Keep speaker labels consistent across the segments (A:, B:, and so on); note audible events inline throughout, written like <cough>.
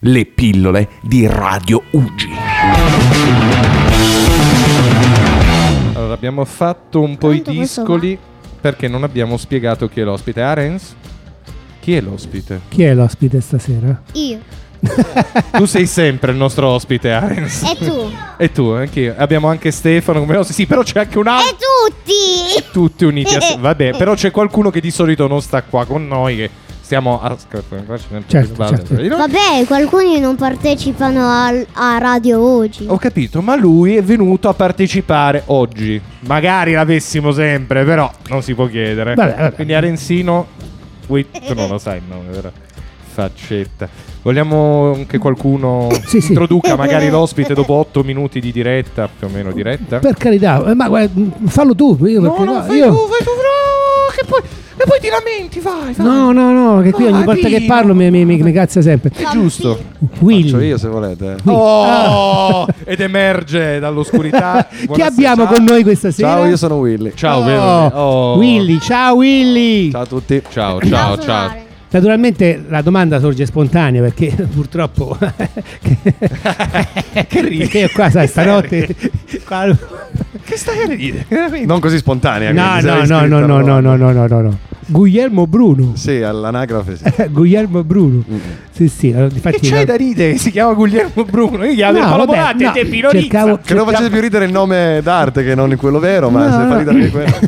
A: le pillole di Radio Uggi.
B: Allora, abbiamo fatto un po' i
C: Pronto, questo
B: discoli perché non abbiamo spiegato chi è l'ospite. Arens? Chi è l'ospite?
D: Chi è l'ospite stasera?
C: Io.
B: tu sei sempre il nostro ospite,
C: <laughs>
B: Arens.
C: E
B: <laughs>
C: tu?
B: E tu, anche io. Abbiamo anche Stefano come ospite. Sì, però c'è anche un altro.
C: E tutti!
B: Tutti uniti.
C: <laughs>
B: a se- Vabbè, però c'è qualcuno che di solito non sta qua con noi. Che stiamo. a-
D: Certo, certo.
C: Vabbè, alcuni non partecipano al- a Radio Oggi.
B: Ho capito, ma lui è venuto a partecipare oggi. Magari l'avessimo sempre, però non si può chiedere.
D: Vabbè, vabbè.
B: Quindi Arenzino, voi- tu non lo sai il nome, vero? Faccetta. Vogliamo che qualcuno
D: Sì, sì.
B: introduca magari l'ospite dopo 8 minuti di diretta, più o meno diretta?
D: Per carità, eh, ma guarda, mh, fallo tu. Io,
B: No,
D: perché
B: no, fai
D: io-
B: tu, fai tu, no, che poi, e poi ti lamenti, vai, vai.
D: no, no, no, che qui ogni
B: Vai,
D: volta che
B: Pino.
D: parlo mi, mi, mi- mi cazza sempre.
B: È giusto.
D: Will,
E: Faccio io se volete.
B: Oh, ed emerge dall'oscurità.
D: Ah. <laughs> chi
B: Buonasera.
D: abbiamo con noi questa sera?
E: Ciao, io sono Willy.
B: Ciao,
D: Oh,
B: Verone. Oh.
D: Willy, ciao Willy.
E: Ciao a tutti.
B: Ciao,
C: Ciao,
B: ciao, ciao.
C: suonare.
D: Naturalmente la domanda sorge spontanea perché <laughs> purtroppo
B: Che ridi?
D: Perché io qua
B: Che
D: sai
B: stai
D: stanotte <laughs> qua-
B: Che stai a ridere? Veramente?
E: Non così spontanea.
D: No,
E: quindi, se
D: no,
E: l'hai
D: no, no,
E: scritta,
D: no, no,
E: no.
D: no, no, no, no, no. Guglielmo Bruno.
E: Sì, all'anagrafe
D: <laughs>
E: sì.
D: Guglielmo Bruno.
E: Mm.
D: Sì, sì, allora,
B: Che
D: difatti
B: c'è da ridere? Si chiama Guglielmo Bruno. Io chiamo
D: No,
B: Paolo
D: vabbè,
B: Bonatti
D: no,
B: e te Pino
D: cercavo-
B: Rizza.
E: Che non facesse più ridere il nome d'arte che non quello vero, ma
D: No,
E: se
D: no.
E: fa ridere
D: <laughs>
E: anche quello.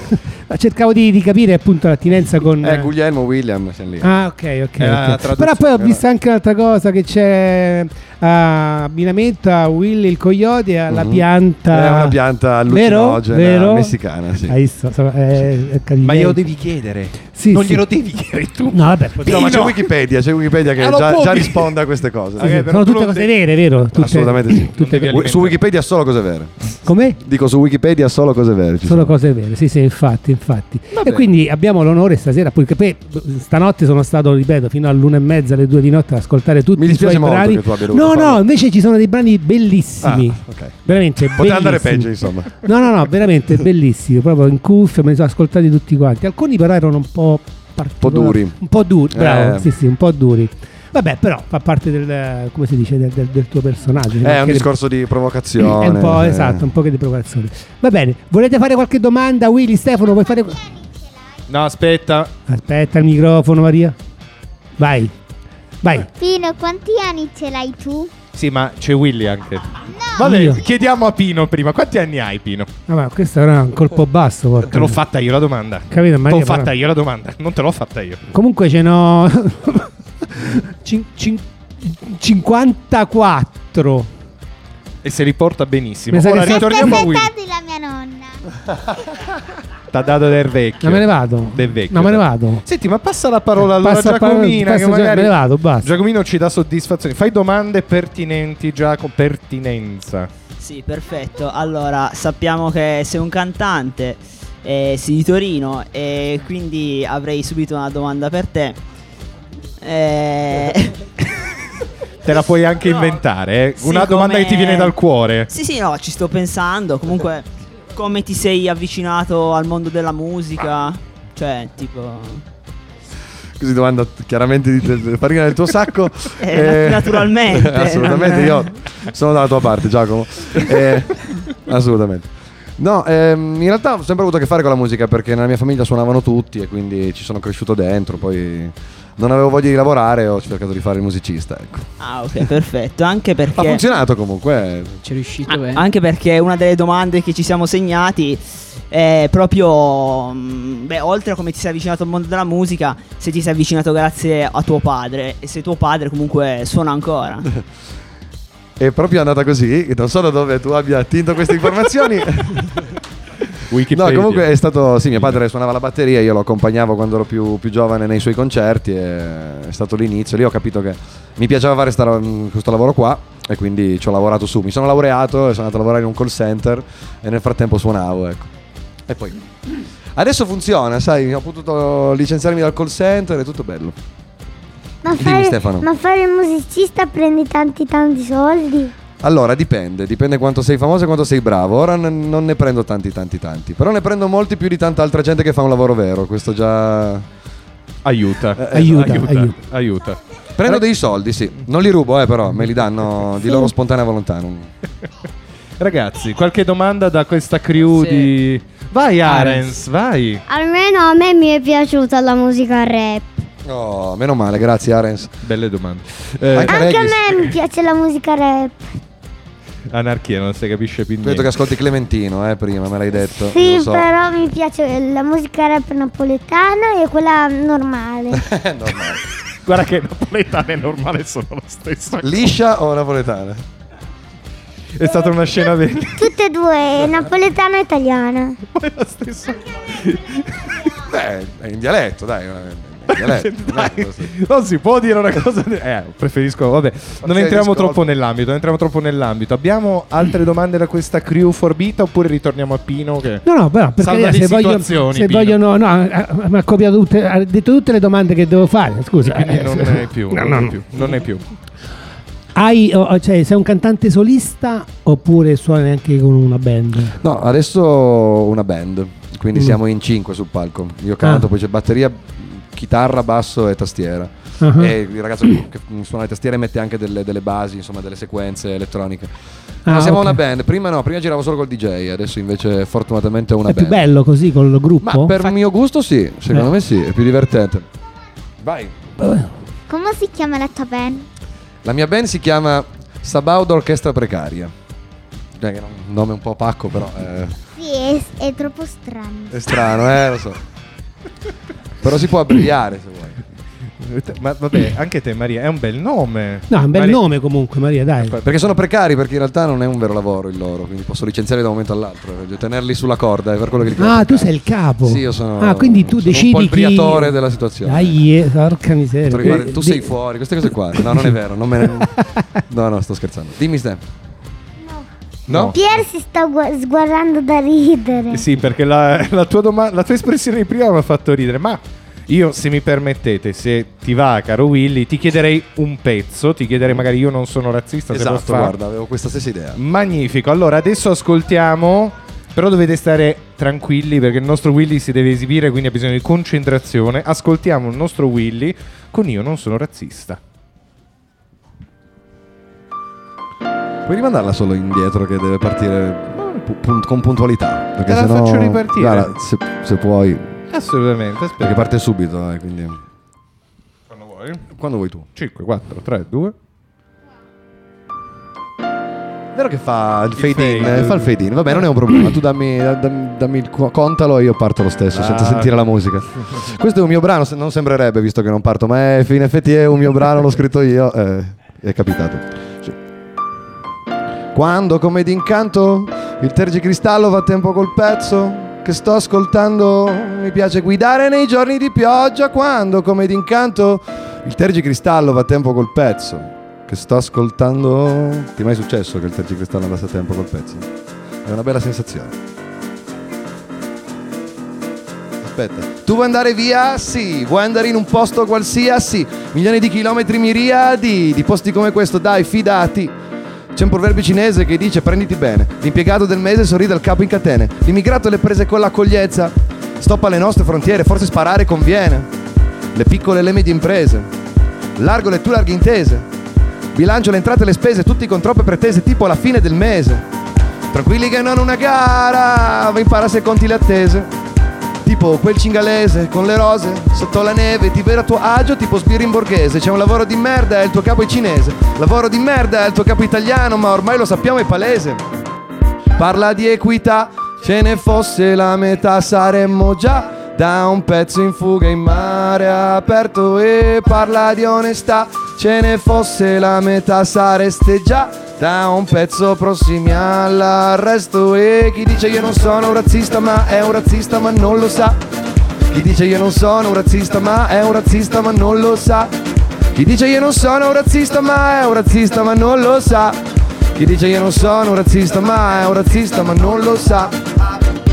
D: Ma cercavo di, di capire appunto l'attinenza con
E: Eh, Guglielmo William, siamo lì.
D: Ah, ok, ok.
E: Era
D: ok.
E: la traduzione, eh.
D: Però poi ho
E: era-
D: visto anche un'altra cosa che c'è a abbinamento a Willy il coyote e alla
E: Mhm.
D: pianta
E: È una pianta
D: Vero?
E: allucinogena
D: Vero?
E: messicana, sì.
D: Hai visto? So- eh, eh, carino.
B: devi chiedere.
D: Sì, sì.
B: devi chiedere tu.
D: No, vabbè, potrei-
E: No, ma c'è
B: Pino!
E: Wikipedia, c'è Wikipedia che
D: Eh,
B: Ah, lo
E: già,
B: puoi
E: già
B: dire.
E: risponde a queste cose.
B: Ok, però
D: sono
B: tu
D: tutte
B: non
D: cose
B: devi-
D: vere, vero? Tutte-
E: Assolutamente sì.
B: Tutte
E: Wi- Su Wikipedia solo cose vere.
D: Come?
E: Dico su Wikipedia solo cose vere. ci
D: Sono
E: sono.
D: cose vere, sì, sì, infatti, infatti.
E: Vabbè.
D: E quindi abbiamo l'onore stasera, poi che poi, stanotte sono stato, ripeto, fino all'una e mezza, alle due di notte ad ascoltare tutti
E: Mi
D: i suoi
E: dispiace molto
D: brani.
E: che tu abbia dovuto
D: No, no,
E: farlo.
D: invece ci sono dei brani bellissimi.
E: Ah, ok.
D: Veramente
E: Poteva andare
D: bellissimi.
E: peggio, insomma.
D: No, no, no,
E: <laughs>
D: veramente bellissimo, proprio in cuffia, me li sono ascoltati tutti quanti. Alcuni però erano un po' particolari,
E: duri.
D: Un po' duri,
E: Eh.
D: bravo, sì, sì, un po' duri. Vabbè, però fa parte del, eh, come si dice, del, del- del tuo personaggio.
E: Eh, È un
D: Perché-
E: discorso di provocazione.
D: È un po',
E: eh.
D: esatto, un po' che di provocazione. Va bene, volete fare qualche domanda, Willy, Stefano, vuoi fare...
B: No, aspetta.
D: Aspetta il microfono, Maria. Vai, vai.
C: Pino, quanti anni ce l'hai tu?
B: Sì, ma c'è Willy anche. Vabbè,
D: Io.
B: chiediamo a Pino prima. Quanti anni hai, Pino?
D: Ah, ma questo era un colpo basso, porca.
B: Te l'ho
D: miseria.
B: fatta io la domanda.
D: Capito,
B: Te
D: Maria,
B: l'ho fatta
D: però-
B: io la domanda. Non te l'ho fatta io.
D: Comunque ce n'ho <laughs> cin- cin- 54.
B: E se li porta benissimo.
D: Mi sa
B: Ora
D: che-
B: ritorniamo a Willy.
C: la mia nonna.
B: T'ha dato del vecchio.
D: Non me ne vado.
B: Del Cioè, vecchio.
D: Non me ne vado.
B: Senti, ma passa la parola allora
D: Passa
B: a
D: la parola-
B: Giacomina.
D: passa
B: che
D: Gia-
B: magari
D: me ne vado, basta.
B: Giacomino ci dà soddisfazione. Fai domande pertinenti, Giacomo. Pertinenza.
F: Sì, perfetto. Allora, sappiamo che sei un cantante, eh, sei di Torino e quindi avrei subito una domanda per te.
B: <laughs>
F: Eh,
B: Te la puoi anche
F: No.
B: inventare. eh.
F: Sì,
B: Una domanda
F: come-
B: che ti viene dal cuore.
F: Sì, sì, no, ci sto pensando. Comunque, come ti sei avvicinato al mondo della musica?
B: Ah.
F: Cioè, tipo...
E: Così domanda chiaramente di te- di farina del tuo sacco.
F: <laughs> Eh, naturalmente.
E: <laughs> assolutamente,
F: <laughs>
E: io sono dalla tua parte, Giacomo. Eh, assolutamente. No, ehm, in realtà ho sempre avuto a che fare con la musica perché nella mia famiglia suonavano tutti e quindi ci sono cresciuto dentro. Poi non avevo voglia di lavorare e ho cercato di fare il musicista. ecco.
F: Ah, ok, perfetto. Anche
E: Ha
F: perché...
E: funzionato comunque. eh.
G: Ci è riuscito eh.
F: Ah,
D: eh.
G: bene.
F: Anche perché una delle domande che ci siamo segnati è proprio, mh, beh, oltre a come ti sei avvicinato al mondo della musica, se ti sei avvicinato grazie a tuo padre e se tuo padre comunque suona ancora.
E: È proprio andata così. Non so da dove tu abbia attinto queste
F: <laughs>
E: informazioni. No,
B: Wikipedia.
E: comunque è stato. Sì, mio padre suonava la batteria, io lo accompagnavo quando ero più, più giovane nei suoi concerti. E è stato l'inizio. Lì ho capito che mi piaceva fare sta- questo lavoro qua. E quindi ci ho lavorato su. Mi sono laureato e sono andato a lavorare in un call center. E nel frattempo suonavo, ecco. E poi. Adesso funziona, sai, ho potuto licenziarmi dal call center, è tutto bello.
H: Ma
E: Dimmi, Stefano.
H: fare, ma fare il musicista prende tanti tanti soldi?
E: Allora, dipende, dipende quanto sei famoso e quanto sei bravo. Ora n- non ne prendo tanti, tanti, tanti. Però ne prendo molti più di tanta altra gente che fa un lavoro vero. Questo già.
B: Aiuta.
E: Eh,
D: Aiuta,
E: esatto,
B: Aiuta.
D: aiuta.
B: Aiuta.
E: Prendo dei soldi, sì. Non li rubo, eh, però, me li danno di loro spontanea volontà. non-
B: Ragazzi, qualche domanda da questa crew
G: Sì.
B: di... Vai Arens,
F: Arens.
B: vai.
C: Almeno a me mi è piaciuta la musica rap.
E: Oh, meno male, grazie Arens.
B: Belle domande. Eh,
E: Anche
H: Anche a
E: Regis.
H: me mi piace la musica rap.
B: anarchia, non si capisce più
E: Vedo
B: niente.
E: che ascolti Clementino, eh, prima me l'hai detto.
H: Sì,
E: lo so.
H: però mi piace la musica rap napoletana e quella normale.
E: Eh, <laughs> normale.
B: Guarda che napoletano e normale sono la stessa.
E: Liscia o napoletana?
B: È stata una scena <laughs> vera.
H: Tutte e due, napoletana e italiana.
B: Poi la stessa.
E: Beh, è in dialetto, dai. È
D: <laughs>
E: in dialetto. non è
B: Dai,
E: così.
B: non si può dire una cosa. del- Eh, preferisco. Vabbè, non
E: Ok,
B: entriamo
E: discolpa.
B: troppo nell'ambito. Non entriamo troppo nell'ambito. Abbiamo altre domande da questa crew forbita? Oppure ritorniamo a Pino? Che...
D: No, no, però perché
B: Salva di
D: se voglio,
B: situazioni,
D: se
B: Pino.
D: vogliono, no, ha- ha- mi ha copiato tutte, ha detto tutte le domande che devo fare. Scusa,
B: Quindi
D: Eh,
B: non
D: se-
B: è più.
D: No,
B: non
D: no,
B: è
D: no.
B: più, Non è più.
D: Hai, o- o- cioè, sei un cantante solista oppure suoni anche con una band?
E: No, adesso una band, quindi
D: Mm.
E: siamo in cinque sul palco. Io canto,
D: Ah.
E: poi c'è batteria, chitarra, basso e tastiera.
D: Ah.
E: E il ragazzo che che suona le tastiere mette anche delle, delle basi, insomma, delle sequenze elettroniche.
D: Ah,
E: Ma siamo
D: ok.
E: una band, prima no, prima giravo solo col DJ, adesso invece fortunatamente ho una
D: è
E: band.
D: più bello così con il
E: Ma
D: gruppo?
E: per mio gusto sì, secondo
D: Eh.
E: me sì, è più divertente. Vai.
H: Come si chiama la tua band?
E: La mia band si chiama Sabaud Orchestra Precaria. Cioè, che è un nome un po' pacco, però eh,
H: Sì, è, è troppo strano.
E: è strano, eh, lo so. Però si può abbreviare se vuoi.
B: Ma vabbè, anche te, Maria, è un bel nome.
D: No, è un bel
B: Maria-
D: nome comunque, Maria, dai.
E: Perché sono precari, perché in realtà non è un vero lavoro il loro, quindi posso licenziare da un momento all'altro, voglio tenerli sulla corda, è per quello che li chiamo
D: Ah, tu
E: precari.
D: sei il capo.
E: Sì, io sono-
D: Ah, quindi tu
E: sono un
D: decidi
E: po' il briatore
D: chi...
E: della situazione.
D: Dai, eh, porca
E: Tu
D: miseria.
E: riguardi-
D: Eh,
E: tu
D: di-
E: sei fuori, queste cose qua. No, non è vero, non
D: <laughs>
E: me ne... No, no, sto scherzando. Dimmi Stan. No. No?
H: Pier si sta gua- sguardando da ridere.
B: Eh Sì, perché la, la tua, doma- la tua espressione di prima mi ha fatto ridere, ma io, se mi permettete, se ti va, caro Willy, ti chiederei un pezzo, ti chiederei magari io non sono razzista, se
E: Esatto,
B: può fare.
E: guarda, avevo questa stessa idea.
B: Magnifico, allora adesso ascoltiamo, però dovete stare tranquilli perché il nostro Willy si deve esibire, quindi ha bisogno di concentrazione. Ascoltiamo il nostro Willy con Io non sono razzista.
E: Puoi rimandarla solo indietro che deve partire pu- pun- con puntualità. Perché
B: Te la
E: sennò-
B: faccio ripartire.
E: Guarda, se, se puoi,
B: Assolutamente,
E: perché
B: aspetta.
E: parte subito, eh, quindi...
B: Quando vuoi.
E: Quando vuoi tu.
B: 5, 4, 3, 2.
E: È vero che fa il fade, in,
B: fade.
E: eh, fa il fade in. Vabbè, non è un problema. Tu dammi, da- dam- dammi il co- contalo e io parto lo stesso,
B: Ah.
E: senza sentire la musica. Questo è un mio brano, se- non sembrerebbe visto che non parto, ma è, in effetti è un mio brano, l'ho scritto io. eh, è capitato. Sì. Quando, come d'incanto, il tergicristallo va a tempo col pezzo. Che sto ascoltando, mi piace guidare nei giorni di pioggia. Quando, come d'incanto, il tergicristallo va a tempo col pezzo. Che sto ascoltando. Ti è mai successo che il tergicristallo andasse a tempo col pezzo? È una bella sensazione. Aspetta. Tu vuoi andare via? Sì. Vuoi andare in un posto qualsiasi? Milioni di chilometri miriadi di posti come questo, dai, fidati. C'è un proverbio cinese che dice prenditi bene. L'impiegato del mese sorride al capo in catene. L'immigrato le prese con l'accoglienza. Stop alle nostre frontiere, forse sparare conviene. Le piccole e le medie imprese. Largo le tue larghe intese. Bilancio le entrate e le spese, tutti con troppe pretese, tipo alla fine del mese. Tranquilli che non è una gara, ma impara se conti le attese. Tipo quel cingalese con le rose sotto la neve, ti vede a tuo agio tipo sbirro in borghese. C'è un lavoro di merda e il tuo capo è cinese. Lavoro di merda e il tuo capo è italiano, ma ormai lo sappiamo è palese. Parla di equità, se ne fosse la metà saremmo già da un pezzo in fuga in mare aperto e parla di onestà, ce ne fosse la metà sareste già da un pezzo prossimi all'arresto e chi dice io non sono un razzista ma è un razzista ma non lo sa. Chi dice io non sono un razzista ma è un razzista ma non lo sa. Chi dice io non sono un razzista ma è un razzista ma non lo sa. Chi dice io non sono un razzista ma è un razzista ma non lo sa.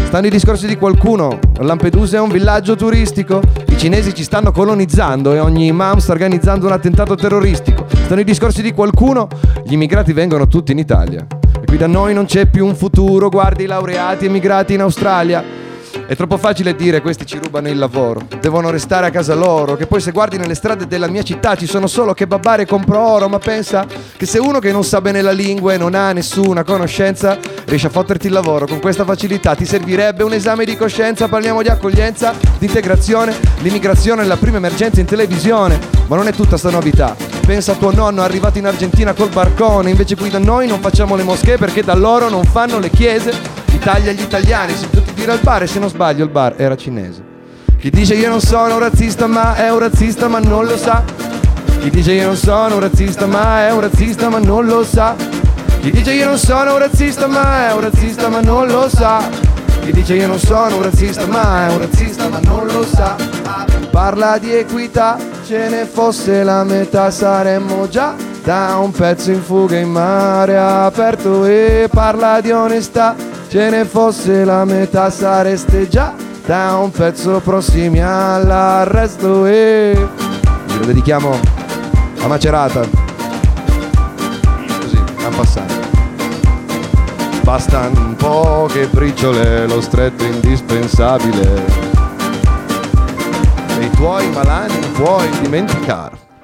E: Stanno i discorsi di qualcuno, Lampedusa è un villaggio turistico, i cinesi ci stanno colonizzando e ogni imam sta organizzando un attentato terroristico. Stanno i discorsi di qualcuno, gli immigrati vengono tutti in Italia. E qui da noi non c'è più un futuro, guardi i laureati emigrati in Australia. È troppo facile dire questi ci rubano il lavoro. Devono restare a casa loro. Che poi se guardi nelle strade della mia città ci sono solo che babbare compro oro. Ma pensa che se uno che non sa bene la lingua e non ha nessuna conoscenza riesce a fotterti il lavoro con questa facilità. Ti servirebbe un esame di coscienza. Parliamo di accoglienza, di integrazione. L'immigrazione è la prima emergenza in televisione. Ma non è tutta sta novità. Pensa a tuo nonno arrivato in Argentina col barcone. Invece qui da noi non facciamo le moschee perché da loro non fanno le chiese. L'Italia e gli italiani, si tutti dire al bar e se non sbaglio il bar era cinese. Chi dice io non sono un razzista ma è un razzista ma non lo sa. Chi dice io non sono un razzista ma è un razzista ma non lo sa. Chi dice io non sono un razzista ma è un razzista ma non lo sa. Chi dice io non sono un razzista ma è un razzista ma non lo sa. Parla di equità, ce ne fosse la metà saremmo già da un pezzo in fuga in mare aperto e parla di onestà, ce ne fosse la metà sareste già da un pezzo prossimi all'arresto e ce lo dedichiamo a Macerata. Così, a passare. Bastan poche briciole, lo stretto indispensabile. E i tuoi malanni puoi dimenticare.